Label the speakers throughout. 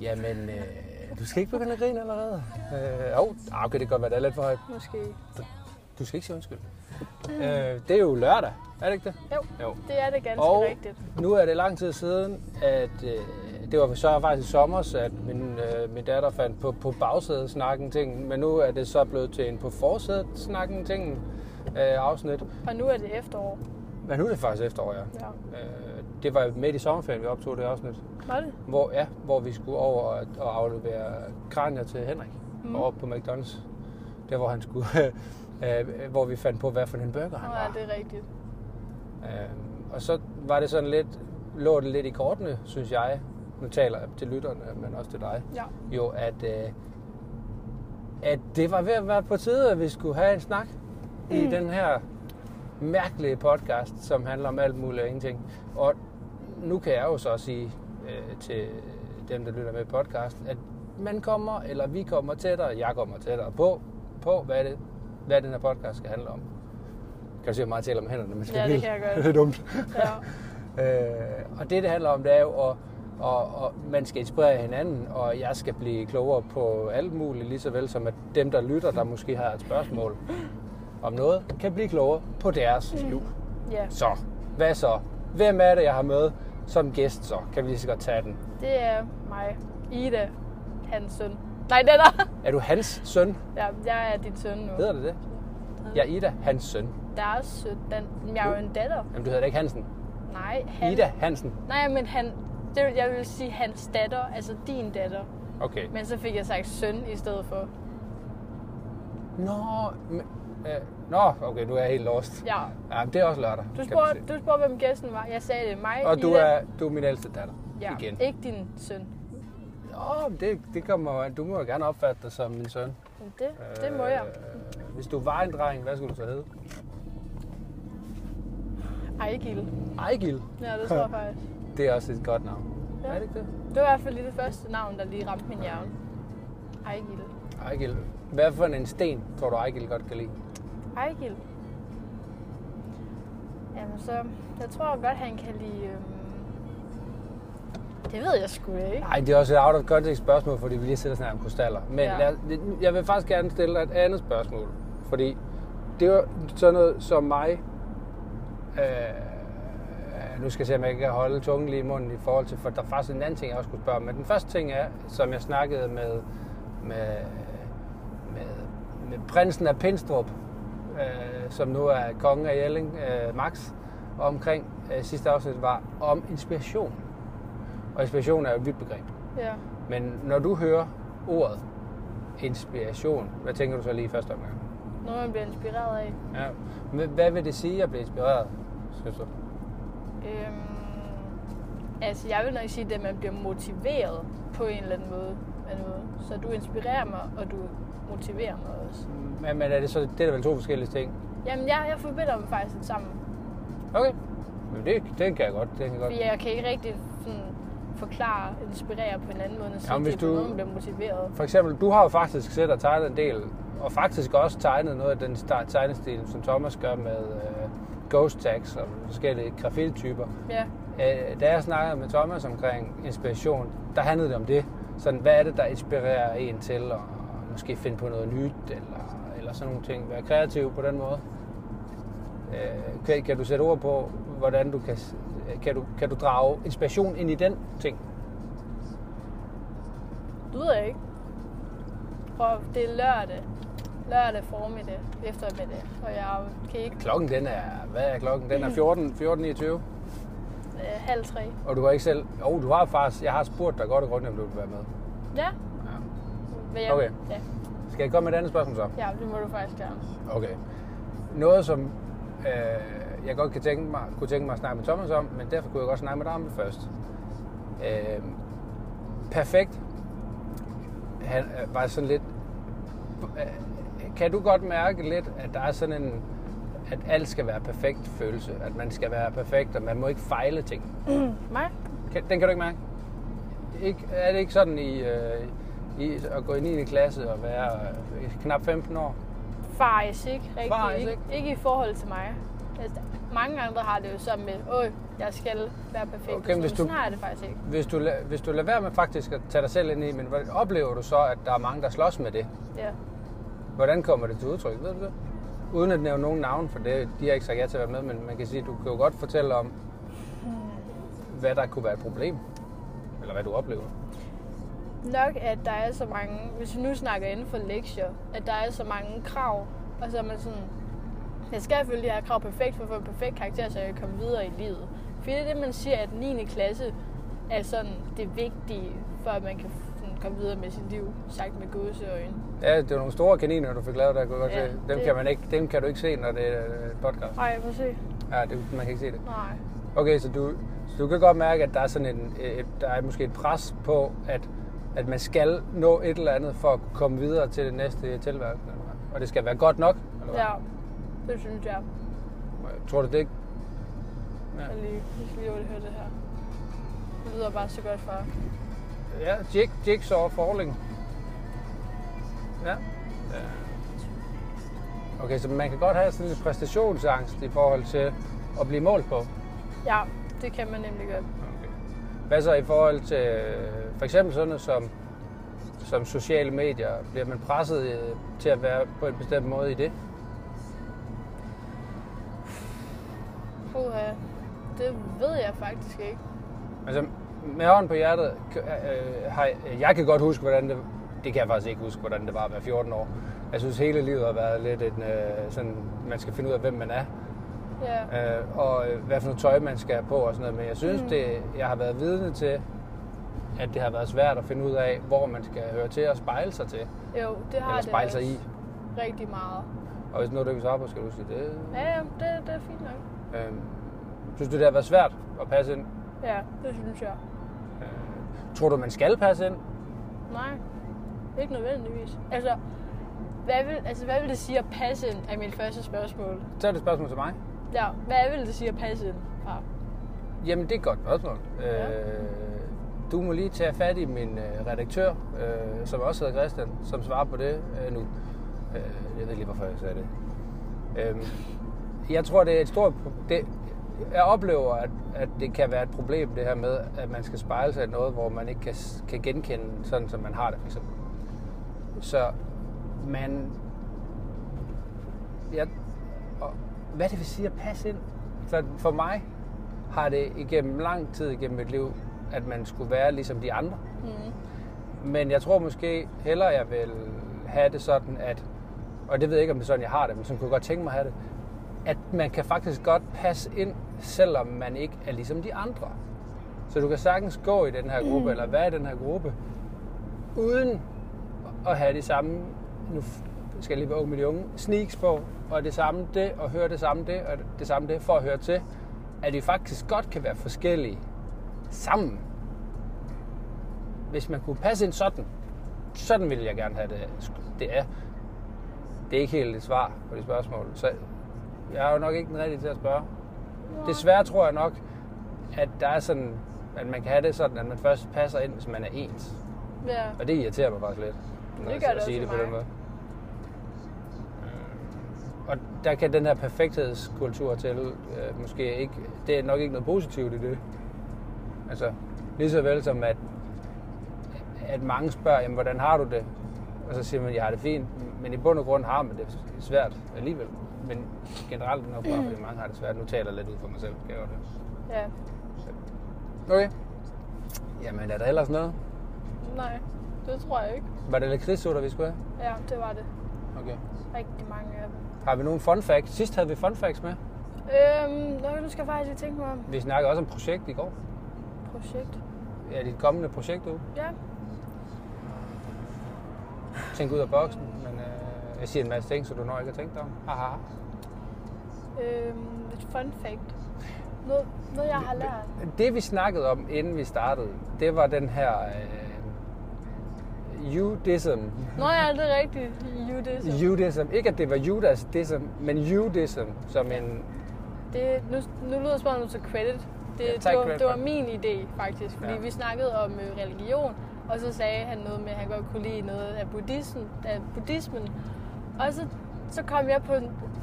Speaker 1: Jamen, øh, du skal ikke begynde at grine allerede. Øh, oh, okay, det kan godt være, det er lidt for højt.
Speaker 2: Måske.
Speaker 1: Du skal ikke sige undskyld. Øh, det er jo lørdag, er det ikke det?
Speaker 2: Jo,
Speaker 1: Jo.
Speaker 2: det er det ganske
Speaker 1: Og-
Speaker 2: rigtigt.
Speaker 1: Nu er det lang tid siden, at øh, det var så faktisk i sommer, at min, øh, min datter fandt på, på bagsædet snakken ting, men nu er det så blevet til en på forsædet snakken ting øh, afsnit.
Speaker 2: Og nu er det efterår.
Speaker 1: Men nu er det faktisk efterår, ja.
Speaker 2: Ja.
Speaker 1: Øh, det var midt i sommerferien, vi optog det afsnit,
Speaker 2: Var det?
Speaker 1: hvor, ja, hvor vi skulle over og, og aflevere kranier til Henrik mm. over på McDonald's. Der, hvor han skulle... øh, hvor vi fandt på, hvad for en burger
Speaker 2: Nå,
Speaker 1: han
Speaker 2: ja,
Speaker 1: var.
Speaker 2: det er rigtigt.
Speaker 1: Øhm, og så var det sådan lidt, lå det lidt i kortene, synes jeg, nu taler jeg til lytterne, men også til dig,
Speaker 2: Ja.
Speaker 1: jo, at, øh, at det var ved at være på tide, at vi skulle have en snak mm. i den her mærkelige podcast, som handler om alt muligt og ingenting. Og nu kan jeg jo så sige øh, til dem, der lytter med i podcasten, at man kommer, eller vi kommer tættere, jeg kommer tættere på, på hvad, det, hvad den her podcast skal handle om. Kan du se, hvor meget jeg taler med hænderne? Man skal
Speaker 2: Ja, det
Speaker 1: vide.
Speaker 2: kan jeg godt.
Speaker 1: det er dumt.
Speaker 2: Ja.
Speaker 1: Øh, og det, det handler om, det er jo, at og, og man skal inspirere hinanden, og jeg skal blive klogere på alt muligt, lige så vel som at dem, der lytter, der måske har et spørgsmål om noget, kan blive klogere på deres
Speaker 2: Mm.
Speaker 1: liv.
Speaker 2: ja.
Speaker 1: Så, hvad så? Hvem er det, jeg har med som gæst så? Kan vi lige så godt tage den?
Speaker 2: Det er mig. Ida. Hans søn. Nej, den er...
Speaker 1: Er du hans søn?
Speaker 2: Ja, jeg er din søn nu.
Speaker 1: Hedder det det? Jeg er Ida, hans søn.
Speaker 2: Deres søn. Den, jeg er jo en datter.
Speaker 1: Jamen, du hedder da ikke Hansen.
Speaker 2: Nej, han...
Speaker 1: Ida Hansen.
Speaker 2: Nej, men han... Det, vil- jeg vil sige hans datter, altså din datter.
Speaker 1: Okay.
Speaker 2: Men så fik jeg sagt søn i stedet for.
Speaker 1: Nå, men, øh, nå, okay, nu er jeg helt lost.
Speaker 2: Ja.
Speaker 1: Ja, men det er også lørdag. kan
Speaker 2: Du
Speaker 1: man sige.
Speaker 2: spurgte, du spurgte, hvem gæsten var. Jeg sagde det er mig,
Speaker 1: Og du
Speaker 2: Ida.
Speaker 1: er, du er min ældste datter.
Speaker 2: ja,
Speaker 1: Igen.
Speaker 2: Ikke din søn.
Speaker 1: Åh, det, det kommer jo an. Du må jo gerne opfatte dig som min søn.
Speaker 2: Men det, det må jeg.
Speaker 1: Øh, hvis du var en dreng, hvad skulle du så hedde? Øh.
Speaker 2: Ej, Gild.
Speaker 1: Ejgil.
Speaker 2: Ja, det tror jeg faktisk.
Speaker 1: Det er også et godt navn.
Speaker 2: Ja.
Speaker 1: Er det ikke det?
Speaker 2: Det var i hvert fald lige det første navn, der lige ramte min hjerne. Ejgil.
Speaker 1: Ejgil. Hvad for en sten tror du, Ejgil godt kan lide?
Speaker 2: Ejgil. Jamen så, jeg tror godt, han kan lide... Øhm... Det ved jeg sgu ikke.
Speaker 1: Nej, det er også et out of context spørgsmål, fordi vi lige sidder og snakker om krystaller. Men
Speaker 2: Ja.
Speaker 1: ja. lad, jeg vil faktisk gerne stille dig et andet spørgsmål. Fordi det er jo sådan noget som mig. Øh, nu skal jeg se, om jeg kan holde tungen lige i munden i forhold til, for der er faktisk en anden ting, jeg også skulle spørge om. Men den første ting er, som jeg snakkede med, med, med, med prinsen af Pindstrup, øh, som nu er kongen af Jelling, øh, Max, omkring øh, sidste afsnit, var om inspiration. Og inspiration er jo et vidt begreb.
Speaker 2: Ja.
Speaker 1: Men når du hører ordet inspiration, hvad tænker du så lige i første omgang?
Speaker 2: Noget, man bliver inspireret af.
Speaker 1: Ja. Men Hvad vil det sige at blive inspireret, synes du?
Speaker 2: Øhm... Altså, jeg vil nok sige, at man bliver motiveret på en eller anden måde. af noget. Så du inspirerer mig, og du motiverer mig også.
Speaker 1: Men, men er det så, det er da vel to forskellige ting?
Speaker 2: Jamen, jeg, jeg forbinder dem faktisk lidt sammen.
Speaker 1: Okay. Men det, det kan jeg godt. Det kan jeg godt.
Speaker 2: Fordi jeg kan ikke rigtig sådan, forklare og inspirere på en anden måde, end at sige,
Speaker 1: Jamen,
Speaker 2: Jamen,
Speaker 1: hvis
Speaker 2: det er
Speaker 1: du-
Speaker 2: du... nogen, der bliver motiveret.
Speaker 1: For eksempel, du har jo faktisk set og tegnet en del, og faktisk også tegnet noget af den sta- tegnestil, som Thomas gør med øh, ghost tags og forskellige graffiti-typer.
Speaker 2: Ja,
Speaker 1: Øh, da jeg snakkede med Thomas omkring inspiration, der handlede det om det. Sådan, hvad er det, der inspirerer en til at måske finde på noget nyt, eller, eller sådan nogle ting. Være kreativ på den måde. Øh, kan, kan du sætte ord på, hvordan du kan, kan, du, kan du drage inspiration ind i den ting?
Speaker 2: det ved jeg ikke. Og det er lørdag. Lørdag formiddag, eftermiddag. Og jeg kan ikke
Speaker 1: Klokken den er, hvad er klokken? Den er 14, 14.29,
Speaker 2: øh, halv tre.
Speaker 1: og du har ikke selv, jo oh, du har faktisk, jeg har spurgt dig godt og grundigt, om du vil være med.
Speaker 2: Ja,
Speaker 1: Ja.
Speaker 2: vil jeg.
Speaker 1: Okay.
Speaker 2: Ja.
Speaker 1: Skal jeg komme med et andet spørgsmål så?
Speaker 2: ja, det må du faktisk klare.
Speaker 1: Okay. Noget, som øh, jeg godt kan tænke mig, kunne tænke mig at snakke med Thomas om, men derfor kunne jeg godt snakke med dig om det først. Øh, perfekt. Han øh, var sådan lidt... Øh, kan du godt mærke lidt, at der er sådan en at alt skal være perfekt følelse, at man skal være perfekt, og man må ikke fejle ting.
Speaker 2: Mig?
Speaker 1: Kan, den kan du ikke mærke? Ikke, er det ikke sådan i, øh, i at gå i 9. klasse og være øh, knap 15 år?
Speaker 2: Faktisk ikke rigtigt.
Speaker 1: Faktisk
Speaker 2: Ikke, ikke i forhold til mig. Altså, mange andre har det jo sådan med, åh, jeg skal være perfekt.
Speaker 1: Okay, men hvis du-
Speaker 2: men Sådan har jeg det faktisk ikke.
Speaker 1: Hvis du, la- hvis du lader være med faktisk at tage dig selv ind i, men hvordan oplever du så, at der er mange, der slås med det?
Speaker 2: Ja.
Speaker 1: Hvordan kommer det til udtryk, ved du det? Uden at nævne nogen navn, for det, de har ikke sagt ja til at være med, men man kan sige, at du kan jo godt fortælle om, hvad der kunne være et problem. Eller hvad du oplever.
Speaker 2: Nok, at der er så mange, hvis vi nu snakker inden for lektier, at der er så mange krav, og så er man sådan, jeg skal følge de her krav perfekt for at få en perfekt karakter, så jeg kan komme videre i livet. Fordi det er det, man siger, at 9. klasse er sådan det vigtige, for at man kan sådan, komme videre med sit liv, sagt med gåseøjne.
Speaker 1: Ja, det var nogle store kaniner, du fik lavet, der kunne jeg godt
Speaker 2: Ja,
Speaker 1: se. Dem,
Speaker 2: det-
Speaker 1: kan man ikke, dem kan du ikke se, når det er et podcast.
Speaker 2: Nej, prøv at se.
Speaker 1: Ja, det, man kan ikke se det.
Speaker 2: Nej.
Speaker 1: Okay, så du, så du kan godt mærke, at der er sådan en, et, der er måske et pres på, at, at man skal nå et eller andet for at kunne komme videre til det næste tilværelse. eller hvad? Og det skal være godt nok. Eller hvad?
Speaker 2: Ja, det synes jeg.
Speaker 1: Tror du det ikke?
Speaker 2: Jeg lige, jeg skal lige høre det her. Det lyder bare så godt for.
Speaker 1: Ja, Jig, Jigsaw Falling. Ja. Okay, så man kan godt have sådan lidt præstationsangst i forhold til at blive målt på.
Speaker 2: Ja, det kan man nemlig godt.
Speaker 1: Okay. Hvad så i forhold til øh, for eksempel sådan noget som, som sociale medier? Bliver man presset øh, til at være på en bestemt måde i det?
Speaker 2: Puha, det ved jeg faktisk ikke.
Speaker 1: Altså, med hånden på hjertet, k- øh, har jeg, jeg kan godt huske, hvordan det, det kan jeg faktisk ikke huske, hvordan det var at være 14 år. Jeg synes, hele livet har været lidt en, øh, sådan, man skal finde ud af, hvem man er.
Speaker 2: Ja.
Speaker 1: øh, og øh, hvad for noget tøj man skal have på og sådan noget. Men jeg synes,
Speaker 2: Mm.
Speaker 1: mm. det, jeg har været vidne til, at det har været svært at finde ud af, hvor man skal høre til og spejle sig til.
Speaker 2: Jo, det har
Speaker 1: Eller
Speaker 2: det
Speaker 1: spejle sig
Speaker 2: også
Speaker 1: i.
Speaker 2: rigtig meget.
Speaker 1: Og hvis noget du ikke svarer på, skal du sige det.
Speaker 2: Ja, ja det, det er fint nok.
Speaker 1: Øh, synes du, det har været svært at passe ind? Øh,
Speaker 2: Ja, det synes jeg.
Speaker 1: Tror du, man skal passe ind?
Speaker 2: Nej, ikke nødvendigvis. Altså, hvad vil, altså, hvad vil det sige at passe ind, er mit første spørgsmål.
Speaker 1: Så er det et spørgsmål til mig.
Speaker 2: Ja, hvad vil det sige at passe ind? Ja.
Speaker 1: Jamen, det er et godt spørgsmål.
Speaker 2: Ja.
Speaker 1: Øh, du må lige tage fat i min øh, redaktør, øh, som også hedder Christian, som svarer på det øh, nu. Øh, jeg ved lige, hvorfor jeg sagde det. Øh, jeg tror, det er et stort... pro- Det, jeg oplever, at, at det kan være et problem, det her med, at man skal spejle sig i noget, hvor man ikke kan, s- kan genkende sådan, som man har det, for eksempel. Så man... Jeg, og, hvad det vil sige at passe ind? Så for mig har det igennem lang tid igennem mit liv, at man skulle være ligesom de andre.
Speaker 2: Mm.
Speaker 1: Men jeg tror måske hellere, jeg vil have det sådan, at, og det ved jeg ikke, om det er sådan, jeg har det, men sådan kunne jeg godt tænke mig at have det, at man kan faktisk godt passe ind, selvom man ikke er ligesom de andre. Så du kan sagtens gå i den her gruppe, mm. eller være i den her gruppe, uden at have de samme, nu f- skal jeg lige være ung med de unge, sneaks på, og det samme det, og høre det samme det, og det samme det, for at høre til, at vi faktisk godt kan være forskellige sammen. Hvis man kunne passe ind sådan, sådan ville jeg gerne have det. Det er, det er ikke helt et svar på det spørgsmål. Så jeg er jo nok ikke den rigtige til at spørge. Desværre tror jeg nok, at der er sådan, at man kan have det sådan, at man først passer ind, hvis man er ens.
Speaker 2: Ja.
Speaker 1: Og det irriterer mig faktisk lidt. når
Speaker 2: Det
Speaker 1: jeg
Speaker 2: gør det
Speaker 1: siger
Speaker 2: også
Speaker 1: det på
Speaker 2: for mig.
Speaker 1: den måde. Øhm, Og der kan den her perfekthedskultur til øh, måske ikke, det er nok ikke noget positivt i det. Altså, lige så vel som at, at mange spørger, jamen, hvordan har du det? Og så siger man, jeg har det fint, men i bund og grund har man det svært alligevel. Men generelt er det nok bare, fordi mange har det svært. Nu taler jeg lidt ud for mig selv, kan jeg godt høre.
Speaker 2: ja.
Speaker 1: Okay. Jamen, er der ellers noget?
Speaker 2: Nej, det tror jeg ikke.
Speaker 1: Var det lidt krigssutter, vi skulle have?
Speaker 2: Ja, det var det.
Speaker 1: Okay.
Speaker 2: Rigtig mange af dem.
Speaker 1: Har vi nogle fun facts? Sidst havde vi fun facts med.
Speaker 2: Øhm, nå, nu skal jeg faktisk lige tænke mig om
Speaker 1: Vi snakkede også om projekt i går.
Speaker 2: projekt.
Speaker 1: Ja, dit kommende projekt du.
Speaker 2: Ja,
Speaker 1: Tænk ud af boksen, men øh, jeg siger en masse ting, så du når ikke at tænke dig om. Haha.
Speaker 2: øhm, et fun fact. Noget, noget jeg har lært.
Speaker 1: Det vi snakkede om, inden vi startede, det var den her øh, Judism.
Speaker 2: Nå ja, det er rigtigt. Judism.
Speaker 1: Judism. Ikke at det var Judas dism, men Judism, som en...
Speaker 2: Det, nu, nu lyder det som om, du tager credit. Det,
Speaker 1: Ja,
Speaker 2: ja,
Speaker 1: tak,
Speaker 2: det, var,
Speaker 1: credit
Speaker 2: det var
Speaker 1: for-
Speaker 2: min idé, faktisk. Fordi
Speaker 1: Ja.
Speaker 2: ja. vi snakkede om øh, religion, og så sagde han noget med, at han godt kunne lide noget af buddhismen. Af buddhismen. Og så så kom jeg på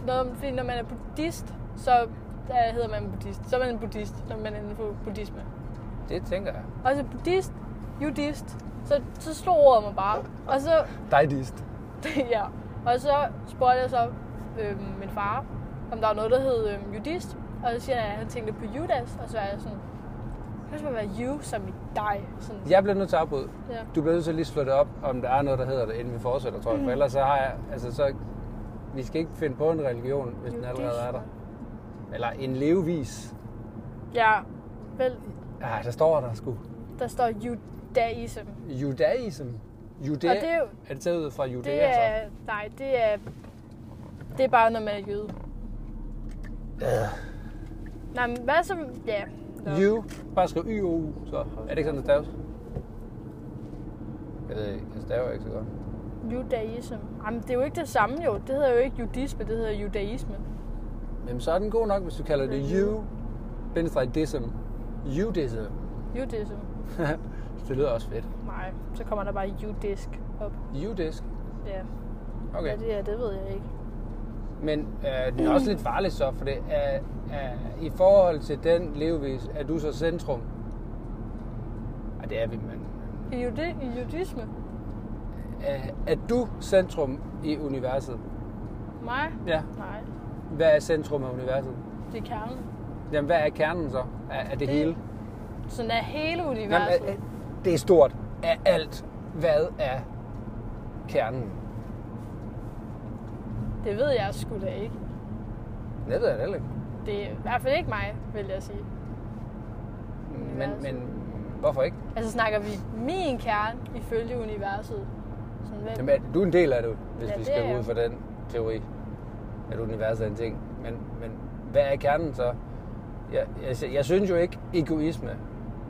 Speaker 2: noget, om- fordi når man er buddhist, så der hedder man buddhist. Så er man en buddhist, når man er inden for buddhisme.
Speaker 1: Det tænker jeg.
Speaker 2: Og så buddhist, judist, så, så slog ordet mig bare. Og så,
Speaker 1: Dejligst.
Speaker 2: ja, og så spurgte jeg så øh, min far, om der var noget, der hed øh, judist. Og så siger han, at han tænkte på Judas, og så er jeg sådan, det skal være you som i dig. Sådan,
Speaker 1: Jeg bliver nødt til at afbryde.
Speaker 2: ja.
Speaker 1: Du bliver nødt til at lige slå det op, om der er noget, der hedder det, inden vi fortsætter, tror jeg.
Speaker 2: Mm.
Speaker 1: For ellers så har jeg... Altså, så, vi skal ikke finde på en religion, hvis den allerede er der. Eller en levevis.
Speaker 2: Ja, vel,
Speaker 1: Ah, der står der sgu.
Speaker 2: der står judaism.
Speaker 1: Judaism. Judæ...
Speaker 2: Og det er jo-
Speaker 1: er det taget ud fra Judæa,
Speaker 2: Det er, nej, det er, det er bare, når man er jøde.
Speaker 1: så?
Speaker 2: Nej, men hvad som, ja. Nå.
Speaker 1: Øh. You. Bare skriv y o -U, så. Er det ikke sådan, det staves? Jeg ved ikke. Jeg staver ikke så godt.
Speaker 2: Judaism. Jamen, det er jo ikke det samme jo. Det hedder jo ikke judisme, det hedder judaisme.
Speaker 1: Men så er den god nok, hvis du kalder det
Speaker 2: Mm-hmm.
Speaker 1: you. Bindestreg dism. Judism.
Speaker 2: Judism.
Speaker 1: det lyder også fedt.
Speaker 2: Nej, så kommer der bare judisk op.
Speaker 1: Judisk.
Speaker 2: Ja,
Speaker 1: Okay.
Speaker 2: ja det, er, det ved jeg ikke.
Speaker 1: Men øh, den er også lidt farlig så, for det er, er, i forhold til den levevis, er du så centrum? Ej, det er vi, men...
Speaker 2: I, judi, i judisme?
Speaker 1: Er, er du centrum i universet?
Speaker 2: Mig?
Speaker 1: Ja.
Speaker 2: Nej,
Speaker 1: Hvad er centrum af universet?
Speaker 2: det er kernen.
Speaker 1: Jamen, hvad er kernen så af, af det,
Speaker 2: Det-
Speaker 1: hele?
Speaker 2: Sådan er hele
Speaker 1: Jamen,
Speaker 2: universet.
Speaker 1: er, er, det er stort af alt. Hvad er kernen?
Speaker 2: Det ved jeg sgu da ikke.
Speaker 1: Det ved jeg da heller ikke.
Speaker 2: Det er i hvert fald ikke mig, vil jeg sige.
Speaker 1: Men, men hvorfor ikke?
Speaker 2: Altså snakker vi min kerne ifølge universet. Sådan, hvem?
Speaker 1: Jamen, er, du er en del af det, hvis
Speaker 2: Ja,
Speaker 1: vi
Speaker 2: det
Speaker 1: skal
Speaker 2: er
Speaker 1: gå ud
Speaker 2: jeg.
Speaker 1: fra den teori, at universet er en ting. Men, men hvad er kernen så? Jeg, jeg, sy- jeg synes jo ikke, egoisme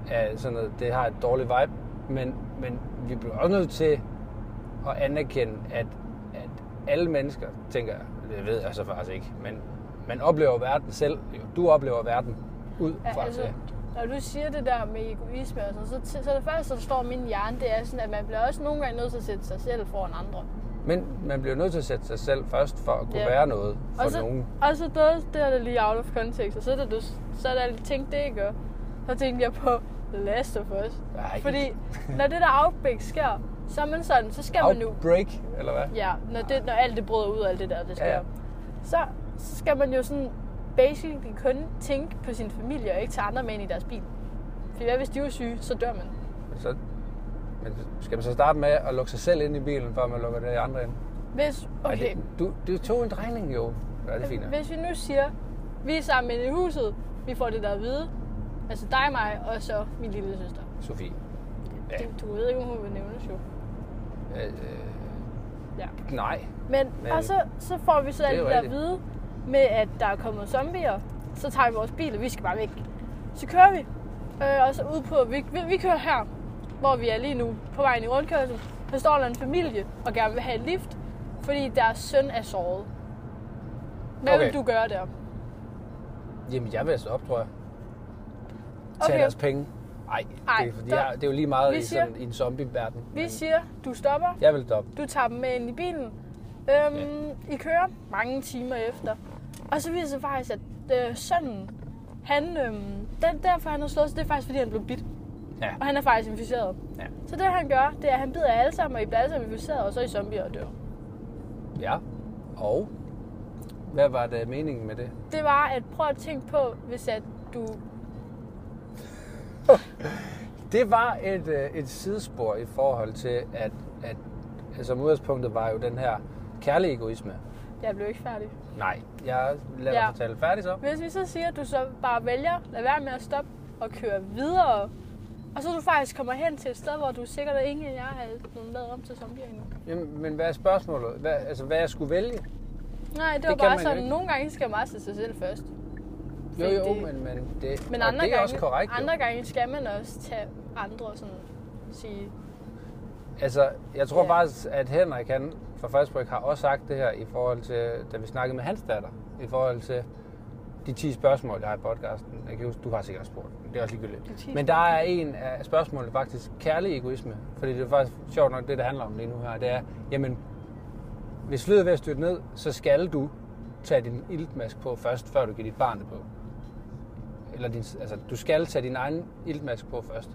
Speaker 1: er sådan noget, det har et dårligt vibe, men, men vi bliver også nødt til at anerkende, at, at alle mennesker, tænker jeg, det ved jeg så faktisk ikke, men man oplever verden selv, jo. du oplever verden ud
Speaker 2: Ja,
Speaker 1: fra
Speaker 2: altså,
Speaker 1: det.
Speaker 2: når du siger det der med egoisme og sådan, så, så det første, der står i min hjerne, det er sådan, at man bliver også nogle gange nødt til at sætte sig selv foran andre.
Speaker 1: Men man bliver nødt til at sætte sig selv først for at kunne
Speaker 2: Ja.
Speaker 1: være noget for
Speaker 2: og så,
Speaker 1: nogen.
Speaker 2: Og så det, det er det lige out of context, og så er det, du, så er der alle de ting, det ikke gør. Så tænkte jeg på The Last of Us.
Speaker 1: Ej.
Speaker 2: Fordi når det der outbreak sker, så er man sådan, så skal man nu...
Speaker 1: Outbreak, eller hvad?
Speaker 2: Ja, når, det, når alt det bryder ud, alt det der, det sker.
Speaker 1: Ja, ja.
Speaker 2: Så, så skal man jo sådan basically kun tænke på sin familie, og ikke tage andre med ind i deres bil. For hvad hvis de er syge, så dør man.
Speaker 1: Så, men skal man så starte med at lukke sig selv ind i bilen, før man lukker det andre ind?
Speaker 2: Hvis,
Speaker 1: Ej,
Speaker 2: okay,
Speaker 1: det, du, du tog en drejning jo. Ja, det er fint.
Speaker 2: hvis vi nu siger, vi er sammen inde i huset, vi får det der at vide, altså dig, mig og så min lille søster.
Speaker 1: Sofie. Ja.
Speaker 2: Ja. Du, du ved ikke, om hun vil nævnes jo.
Speaker 1: Øh, øh,
Speaker 2: Ja.
Speaker 1: nej.
Speaker 2: Men,
Speaker 1: Men-
Speaker 2: Men og så, så får vi så
Speaker 1: Det er
Speaker 2: alt
Speaker 1: jo
Speaker 2: det der at
Speaker 1: rigtigt.
Speaker 2: vide med, at der er kommet zombier. Så tager vi vores bil, og vi skal bare væk. Så kører vi, øh, og så ud på, vi, vi, vi kører her, hvor vi er lige nu på vejen i rundkørsel. Der står der en familie, og gerne vil have et lift, fordi deres søn er såret. Hvad okay.
Speaker 1: Okay.
Speaker 2: vil du gøre der?
Speaker 1: Jamen, jeg vil så op, tror jeg. Tag
Speaker 2: Okay.
Speaker 1: deres penge. Nej,
Speaker 2: Ej,
Speaker 1: det, er, fordi
Speaker 2: der-
Speaker 1: jeg, det er jo lige meget
Speaker 2: Vi
Speaker 1: i,
Speaker 2: siger-
Speaker 1: sådan, i en zombie-verden.
Speaker 2: Vi
Speaker 1: Men
Speaker 2: siger, du stopper,
Speaker 1: Jeg vil stoppe.
Speaker 2: Du tager dem med ind i bilen. Øhm, I kører mange timer efter. Og så viser det sig faktisk, at øh, sønnen, han, øhm, den, derfor han har slået sig, det er faktisk, fordi han blev bidt.
Speaker 1: Ja.
Speaker 2: Og han er faktisk inficeret.
Speaker 1: Ja.
Speaker 2: Så det han gør, det er, at han bider alle sammen, og I bliver alle sammen inficeret, og så er I zombier og dør.
Speaker 1: Ja. Og? Hvad var det meningen med det?
Speaker 2: Det var, at prøv at tænke på, hvis at du...
Speaker 1: Det var et, øh, et sidespor i forhold til, at, at som udgangspunktet var jo den her kærlige egoisme.
Speaker 2: Jeg blev ikke færdig.
Speaker 1: Nej, jeg lader
Speaker 2: Ja.
Speaker 1: ja. fortælle færdig så.
Speaker 2: Hvis vi så siger, at du så bare vælger, lad være med at stoppe og køre videre, og så du faktisk kommer hen til et sted, hvor du sikkert er ingen af jer har blevet lavet om til zombier endnu.
Speaker 1: Jamen, men hvad er spørgsmålet? Hvad, altså, hvad jeg skulle vælge?
Speaker 2: Nej, det,
Speaker 1: Det
Speaker 2: var
Speaker 1: kan
Speaker 2: bare
Speaker 1: man jo
Speaker 2: sådan,
Speaker 1: ikke.
Speaker 2: nogle gange skal man også sig selv først.
Speaker 1: Jo,
Speaker 2: Fordi
Speaker 1: jo,
Speaker 2: det-
Speaker 1: men, men det,
Speaker 2: Men
Speaker 1: og
Speaker 2: andre,
Speaker 1: det er
Speaker 2: gange,
Speaker 1: også korrekt. Andre...
Speaker 2: andre gange skal man også tage andre og sådan sige,
Speaker 1: Altså, jeg tror
Speaker 2: Ja.
Speaker 1: faktisk, at Henrik han fra Frederiksberg har også sagt det her i forhold til, da vi snakkede med hans datter, i forhold til de 10 spørgsmål, jeg har i podcasten. Jeg kan huske, du har sikkert spurgt, men det er også
Speaker 2: De 10
Speaker 1: ligegyldigt. Men der er en af spørgsmålene faktisk kærlig egoisme, fordi det er faktisk sjovt nok det, det handler om lige nu her. Det er, jamen, Hvis flyet er ved at styrte ned, så skal du tage din iltmask på først, før du giver dit barn det på. Eller din, altså, du skal tage din egen iltmask på først.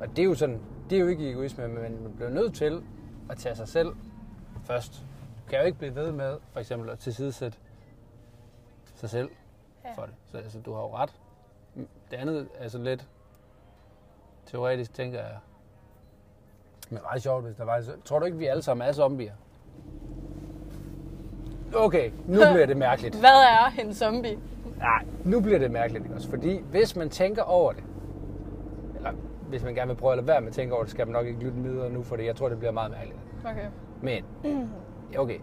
Speaker 1: Og det er jo sådan, det er jo ikke egoisme, men man bliver nødt til at tage sig selv først. Du kan jo ikke blive ved med, for eksempel, at tilsidesætte sig selv
Speaker 2: Ja.
Speaker 1: for det. Så altså, du har jo ret. Det andet er sådan lidt teoretisk, tænker jeg. Men meget sjovt, hvis der var... Tror du ikke, vi alle sammen er zombier? Okay, nu bliver det mærkeligt.
Speaker 2: Hvad er en zombie?
Speaker 1: Nej, nu bliver det mærkeligt ikke også, fordi hvis man tænker over det, eller hvis man gerne vil prøve at lade være med at tænke over det, skal man nok ikke lytte videre nu, for det. jeg tror, det bliver meget mærkeligt.
Speaker 2: Okay.
Speaker 1: Men, okay,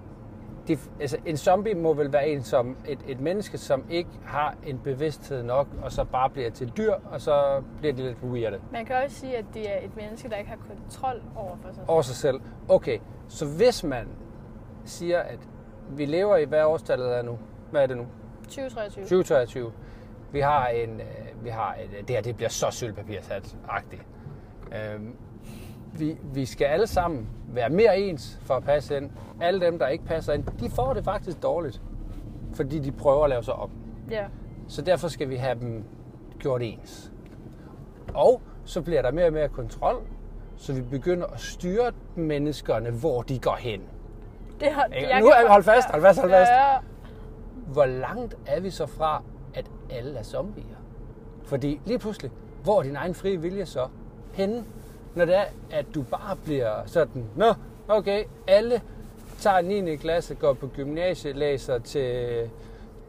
Speaker 1: de, altså, en zombie må vel være en som et, et menneske, som ikke har en bevidsthed nok, og så bare bliver til dyr, og så bliver de lidt weirde
Speaker 2: Man kan også sige, at det er et menneske, der ikke har kontrol over for sig selv.
Speaker 1: over sig selv. Okay, så hvis man siger, at vi lever i, hvad årstallet er nu? Hvad er det nu?
Speaker 2: 2023.
Speaker 1: 2023. Vi har en, øh, vi har et, øh, det her det bliver så sølvpapirshat-agtigt. Øhm, vi, vi skal alle sammen være mere ens for at passe ind. Alle dem, der ikke passer ind, de får det faktisk dårligt, fordi de prøver at lave sig om.
Speaker 2: Ja.
Speaker 1: Så derfor skal vi have dem gjort ens. Og så bliver der mere og mere kontrol, så vi begynder at styre menneskerne, hvor de går hen.
Speaker 2: Det har,
Speaker 1: Ikke?
Speaker 2: jeg
Speaker 1: Nu
Speaker 2: kan
Speaker 1: er-
Speaker 2: godt-
Speaker 1: hold fast, hold fast, hold fast.
Speaker 2: Ja, ja.
Speaker 1: hvor langt er vi så fra, at alle er zombier? Fordi lige pludselig, hvor er din egen frie vilje så henne, når det er, at du bare bliver sådan, nå, okay, alle tager 9. klasse, går på gymnasiet, læser til,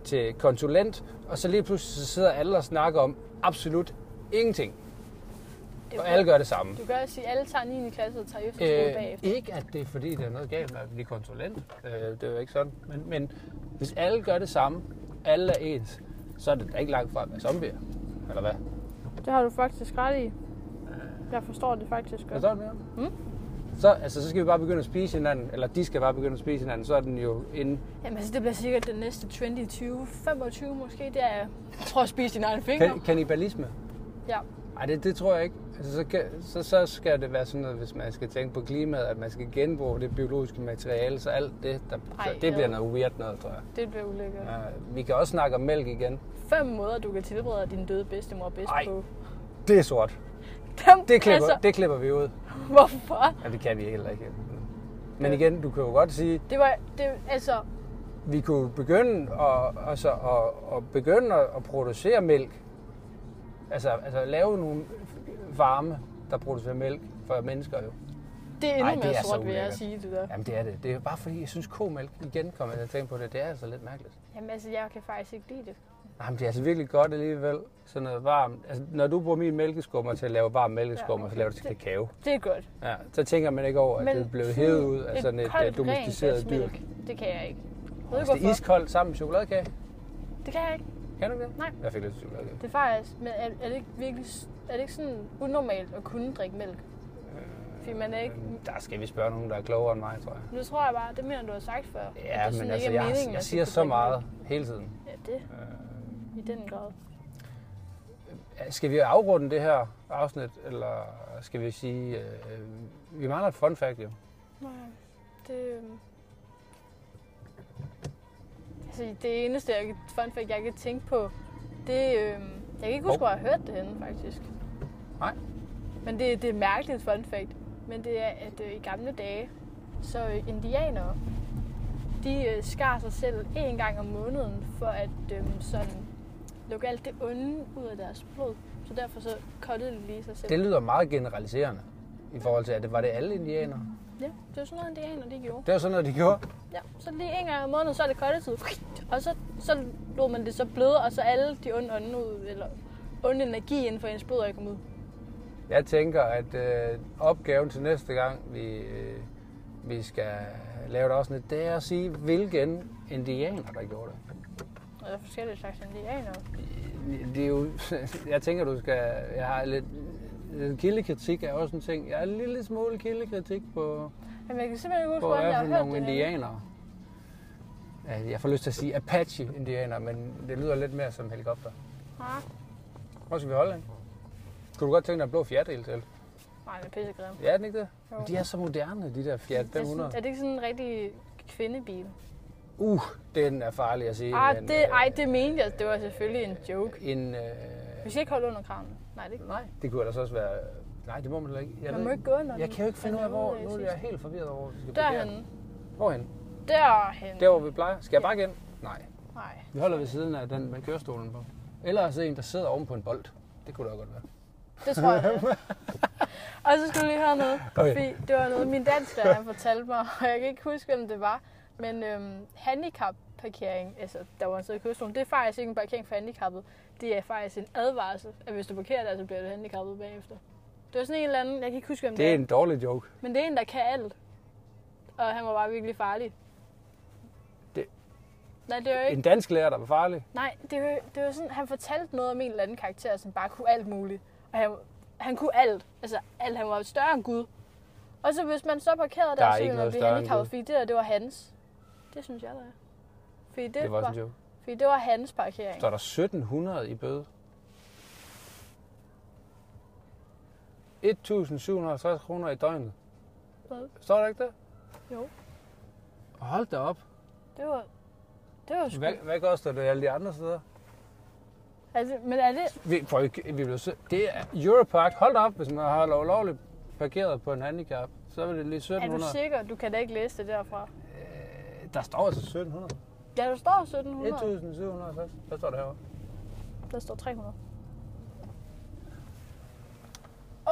Speaker 1: til konsulent, og så lige pludselig så sidder alle og snakker om absolut ingenting,
Speaker 2: Det er
Speaker 1: og
Speaker 2: jo-
Speaker 1: alle gør det samme.
Speaker 2: Du kan også sige, at alle tager 9. klasse og tager efterskole øh,
Speaker 1: Øh,
Speaker 2: bagefter.
Speaker 1: ikke at det er fordi, der er noget galt med at blive konsulent. Øh, det er jo ikke sådan. Men, men hvis alle gør det samme, alle er ens, så er det da ikke langt fra at være zombier. Eller hvad?
Speaker 2: Det har du faktisk ret i. Jeg forstår det faktisk godt.
Speaker 1: Forstår du mere?
Speaker 2: Mm.
Speaker 1: Så, altså, så skal vi bare begynde at spise hinanden, eller de skal bare begynde at spise hinanden, så er den jo inde.
Speaker 2: Jamen altså, det bliver sikkert den næste 20, 20, 25 måske. Det er, prøv at spise dine egne fingre.
Speaker 1: Kan, kanibalisme?
Speaker 2: Ja.
Speaker 1: Nej, det, det tror jeg ikke. Altså, så, kan, så, så skal det være sådan noget, hvis man skal tænke på klimaet, at man skal genbruge det biologiske materiale, så alt det, der, så
Speaker 2: Ej,
Speaker 1: det bliver
Speaker 2: ad.
Speaker 1: noget weird noget, tror jeg.
Speaker 2: Det bliver ulækkert. Ja.
Speaker 1: Uh, vi kan også snakke om mælk igen.
Speaker 2: Fem måder, du kan tilberede din døde bedstemor bedst
Speaker 1: Ej.
Speaker 2: på.
Speaker 1: Det er sort.
Speaker 2: Dem,
Speaker 1: Det klipper, altså... det klipper vi ud.
Speaker 2: Hvorfor?
Speaker 1: Ja, det kan vi heller ikke. Men igen, du kan jo godt sige,
Speaker 2: Det var, det, altså,
Speaker 1: vi kunne begynde at, altså, at, at, begynde at, at producere mælk. Altså, altså lave nogle varme, der producerer mælk for mennesker jo.
Speaker 2: det er endnu
Speaker 1: Ej,
Speaker 2: Ej,
Speaker 1: det
Speaker 2: mere
Speaker 1: er så
Speaker 2: sort, vil jeg
Speaker 1: ulækkert.
Speaker 2: sige, det der.
Speaker 1: Jamen det er det. Det er bare fordi, jeg synes komælk igen kommer jeg til at tænke på det. Det er altså lidt mærkeligt.
Speaker 2: Jamen altså, jeg kan faktisk ikke lide det.
Speaker 1: Nej, men det er altså virkelig godt alligevel. Sådan noget varmt. Altså, når du bruger min mælkeskummer til at lave varm mælkeskummer,
Speaker 2: Ja,
Speaker 1: så
Speaker 2: okay.
Speaker 1: laver du til
Speaker 2: Det-
Speaker 1: kakao.
Speaker 2: Det er godt.
Speaker 1: Ja, så tænker man ikke over, at
Speaker 2: Men
Speaker 1: det er blevet
Speaker 2: sådan
Speaker 1: hævet ud af sådan et,
Speaker 2: koldt,
Speaker 1: et domesticeret
Speaker 2: rent
Speaker 1: dyr.
Speaker 2: glas mælk, Det kan jeg ikke. Ved du
Speaker 1: Hvis det er
Speaker 2: hvorfor?
Speaker 1: iskoldt sammen med chokoladekage,
Speaker 2: Det kan jeg ikke.
Speaker 1: Kan du det?
Speaker 2: Nej.
Speaker 1: Jeg fik lidt chokolade.
Speaker 2: Det er faktisk, men er, er det ikke virkelig, s- er det ikke sådan unormalt at kunne drikke mælk?
Speaker 1: Øh,
Speaker 2: Fordi man er ikke,
Speaker 1: Mm, Der skal vi spørge nogen, der er klogere end mig, tror jeg.
Speaker 2: nu tror jeg bare, det mener du har sagt før. at det
Speaker 1: Ja,
Speaker 2: sådan
Speaker 1: men
Speaker 2: ikke
Speaker 1: altså,
Speaker 2: er
Speaker 1: jeg,
Speaker 2: meningen,
Speaker 1: jeg
Speaker 2: at
Speaker 1: siger
Speaker 2: skal
Speaker 1: så
Speaker 2: kunne drikke
Speaker 1: meget hele tiden. Øh,
Speaker 2: mælk. Ja, det. I den grad.
Speaker 1: Skal vi afrunde det her afsnit, eller skal vi sige... Øh, vi mangler et fun fact, jo.
Speaker 2: Nej, det... øhm, Altså, det eneste jeg, kan- fun fact, jeg kan tænke på, det... øhm, Jeg kan ikke
Speaker 1: Hov.
Speaker 2: huske, hvor jeg har hørt det henne, faktisk.
Speaker 1: Nej.
Speaker 2: Men det, det er mærkeligt fun fact. Men det er, at øh, i gamle dage, så øh, indianere, de øh, skar sig selv en gang om måneden, for at øhm, sådan lukke alt det onde ud af deres blod. Så derfor så kottede de lige sig selv.
Speaker 1: Det lyder meget generaliserende i forhold til, at det var det alle indianere.
Speaker 2: Ja, det var sådan noget, indianere de gjorde.
Speaker 1: Det var sådan noget, de gjorde.
Speaker 2: Ja, så lige en gang om måneden, så er det koldt Og så, så lod man det så bløde, og så alle de onde ånden ud, eller onde energi inden for ens blod, og kom ud.
Speaker 1: Jeg tænker, at øh, opgaven til næste gang, vi, øh, vi skal lave et afsnit, det er at sige, hvilken indianer, der gjorde det.
Speaker 2: Og der er forskellige slags indianer.
Speaker 1: Øh, det er jo, jeg tænker, du skal, jeg har lidt, lidt kildekritik er også en ting. Jeg er en lille smule kildekritik på,
Speaker 2: Jamen, jeg kan simpelthen ikke huske,
Speaker 1: på
Speaker 2: hvor jeg
Speaker 1: hvad
Speaker 2: har
Speaker 1: for
Speaker 2: hørt
Speaker 1: nogle
Speaker 2: det. henne.
Speaker 1: indianere. Ja, Jeg får lyst til at sige Apache-indianer, men det lyder lidt mere som helikopter.
Speaker 2: Ah,
Speaker 1: Hvor skal vi holde den? Kunne du godt tænke dig en blå fjerdedel til?
Speaker 2: nej, det er pissegrim.
Speaker 1: Ja, er den ikke det?
Speaker 2: Jo.
Speaker 1: Men De er så moderne, de der Fiat
Speaker 2: Det er, sådan,
Speaker 1: 500.
Speaker 2: er det ikke sådan en rigtig kvindebil.
Speaker 1: Uh, den er farlig at sige.
Speaker 2: Ah,
Speaker 1: men,
Speaker 2: det,
Speaker 1: øh,
Speaker 2: ej, det mente jeg. Det var selvfølgelig en joke.
Speaker 1: En, øh,
Speaker 2: Vi skal ikke holde under kraven. Nej, det ikke.
Speaker 1: nej, det kunne ellers også være... Nej, det må man da ikke. Jeg,
Speaker 2: Man
Speaker 1: ved
Speaker 2: må ikke gå under
Speaker 1: jeg
Speaker 2: den.
Speaker 1: kan jo ikke finde ud
Speaker 2: Den
Speaker 1: af,
Speaker 2: er
Speaker 1: hvor...
Speaker 2: ude af
Speaker 1: Nu er
Speaker 2: sidst.
Speaker 1: jeg helt forvirret over, hvor vi skal parkere.
Speaker 2: Derhen.
Speaker 1: Hvorhen?
Speaker 2: Derhen.
Speaker 1: Der, hvor vi plejer. Skal jeg bare igen? Nej.
Speaker 2: Nej.
Speaker 1: Vi holder ved siden af den med kørestolen på. Eller også en, der sidder oven på en bold. Det kunne da godt være.
Speaker 2: Det tror jeg. det er. og så skulle du lige høre noget,
Speaker 1: Okay.
Speaker 2: okay. fordi det var noget, min dansklærer han fortalte mig, og jeg kan ikke huske, hvem det var, men øhm, handicapparkering, altså der var en sted i kødstolen, det er faktisk ikke en parkering for handicappede, det er faktisk en advarsel, at hvis du parkerer der, så bliver du handicappet bagefter. Det var sådan en eller anden, jeg kan ikke huske, hvem det,
Speaker 1: Det er
Speaker 2: er,
Speaker 1: en dårlig joke.
Speaker 2: men det er en, der kan alt. Og han var bare virkelig farlig.
Speaker 1: Det-
Speaker 2: Nej, det var ikke...
Speaker 1: En dansk lærer, der var farlig.
Speaker 2: Nej, det var, det var sådan, han fortalte noget om en eller anden karakter, som bare kunne alt muligt. Og han, han kunne alt. Altså, alt. Han var større end Gud. Og så hvis man så parkerede der,
Speaker 1: Der er
Speaker 2: så
Speaker 1: ikke
Speaker 2: ville man
Speaker 1: noget
Speaker 2: blive
Speaker 1: større end
Speaker 2: handicappet,
Speaker 1: Gud.
Speaker 2: fordi det der, det var hans. Det synes jeg, der er. Fordi det,
Speaker 1: Det var også en joke.
Speaker 2: fordi det var hans parkering.
Speaker 1: Så er der 1700 i bøde. 1750 kroner i døgnet.
Speaker 2: Hvad?
Speaker 1: Står der ikke det?
Speaker 2: Jo,
Speaker 1: Hold da op.
Speaker 2: det var... Det var sgu...
Speaker 1: Hvad, hvad koster det alle de andre steder?
Speaker 2: Altså, men er det...
Speaker 1: Vi, for, vi bliver sø- det er Europark. Hold da op, hvis man har lov- lovligt parkeret på en handicap. Så er det lige
Speaker 2: Er du
Speaker 1: 1700.
Speaker 2: sikker? Du kan da ikke læse det derfra.
Speaker 1: Der står altså 1700.
Speaker 2: Ja, der står 1700.
Speaker 1: 1750. Hvad står der herovre?
Speaker 2: Der står 300.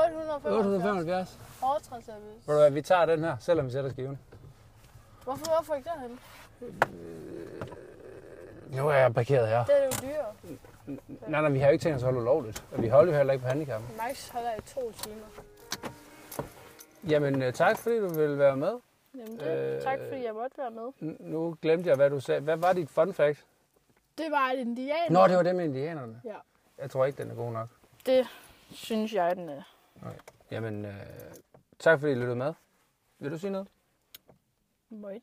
Speaker 2: 875.
Speaker 1: 875.
Speaker 2: Overtrædselsafgift.
Speaker 1: Ved du hvad, vi tager den her, selvom vi sætter skiven.
Speaker 2: Hvorfor, hvorfor ikke derhen?
Speaker 1: Nu er jeg parkeret her.
Speaker 2: Det er jo dyrere.
Speaker 1: Nej, nej, vi har jo ikke tænkt os at holde ulovligt. Og vi holder jo heller ikke på handicappen.
Speaker 2: Max holder i to timer.
Speaker 1: Jamen, øh, tak fordi du ville være med.
Speaker 2: Jamen det,
Speaker 1: Øh.
Speaker 2: øh, tak fordi jeg måtte være med.
Speaker 1: N- Nu glemte jeg, hvad du sagde. Hvad var dit fun fact?
Speaker 2: Det var et indian.
Speaker 1: Nå, det var det med indianerne.
Speaker 2: Ja.
Speaker 1: Jeg tror ikke, den er god nok.
Speaker 2: Det synes jeg, den er.
Speaker 1: Jamen, øh, tak fordi I lyttede med. Vil du sige noget?
Speaker 2: Møj.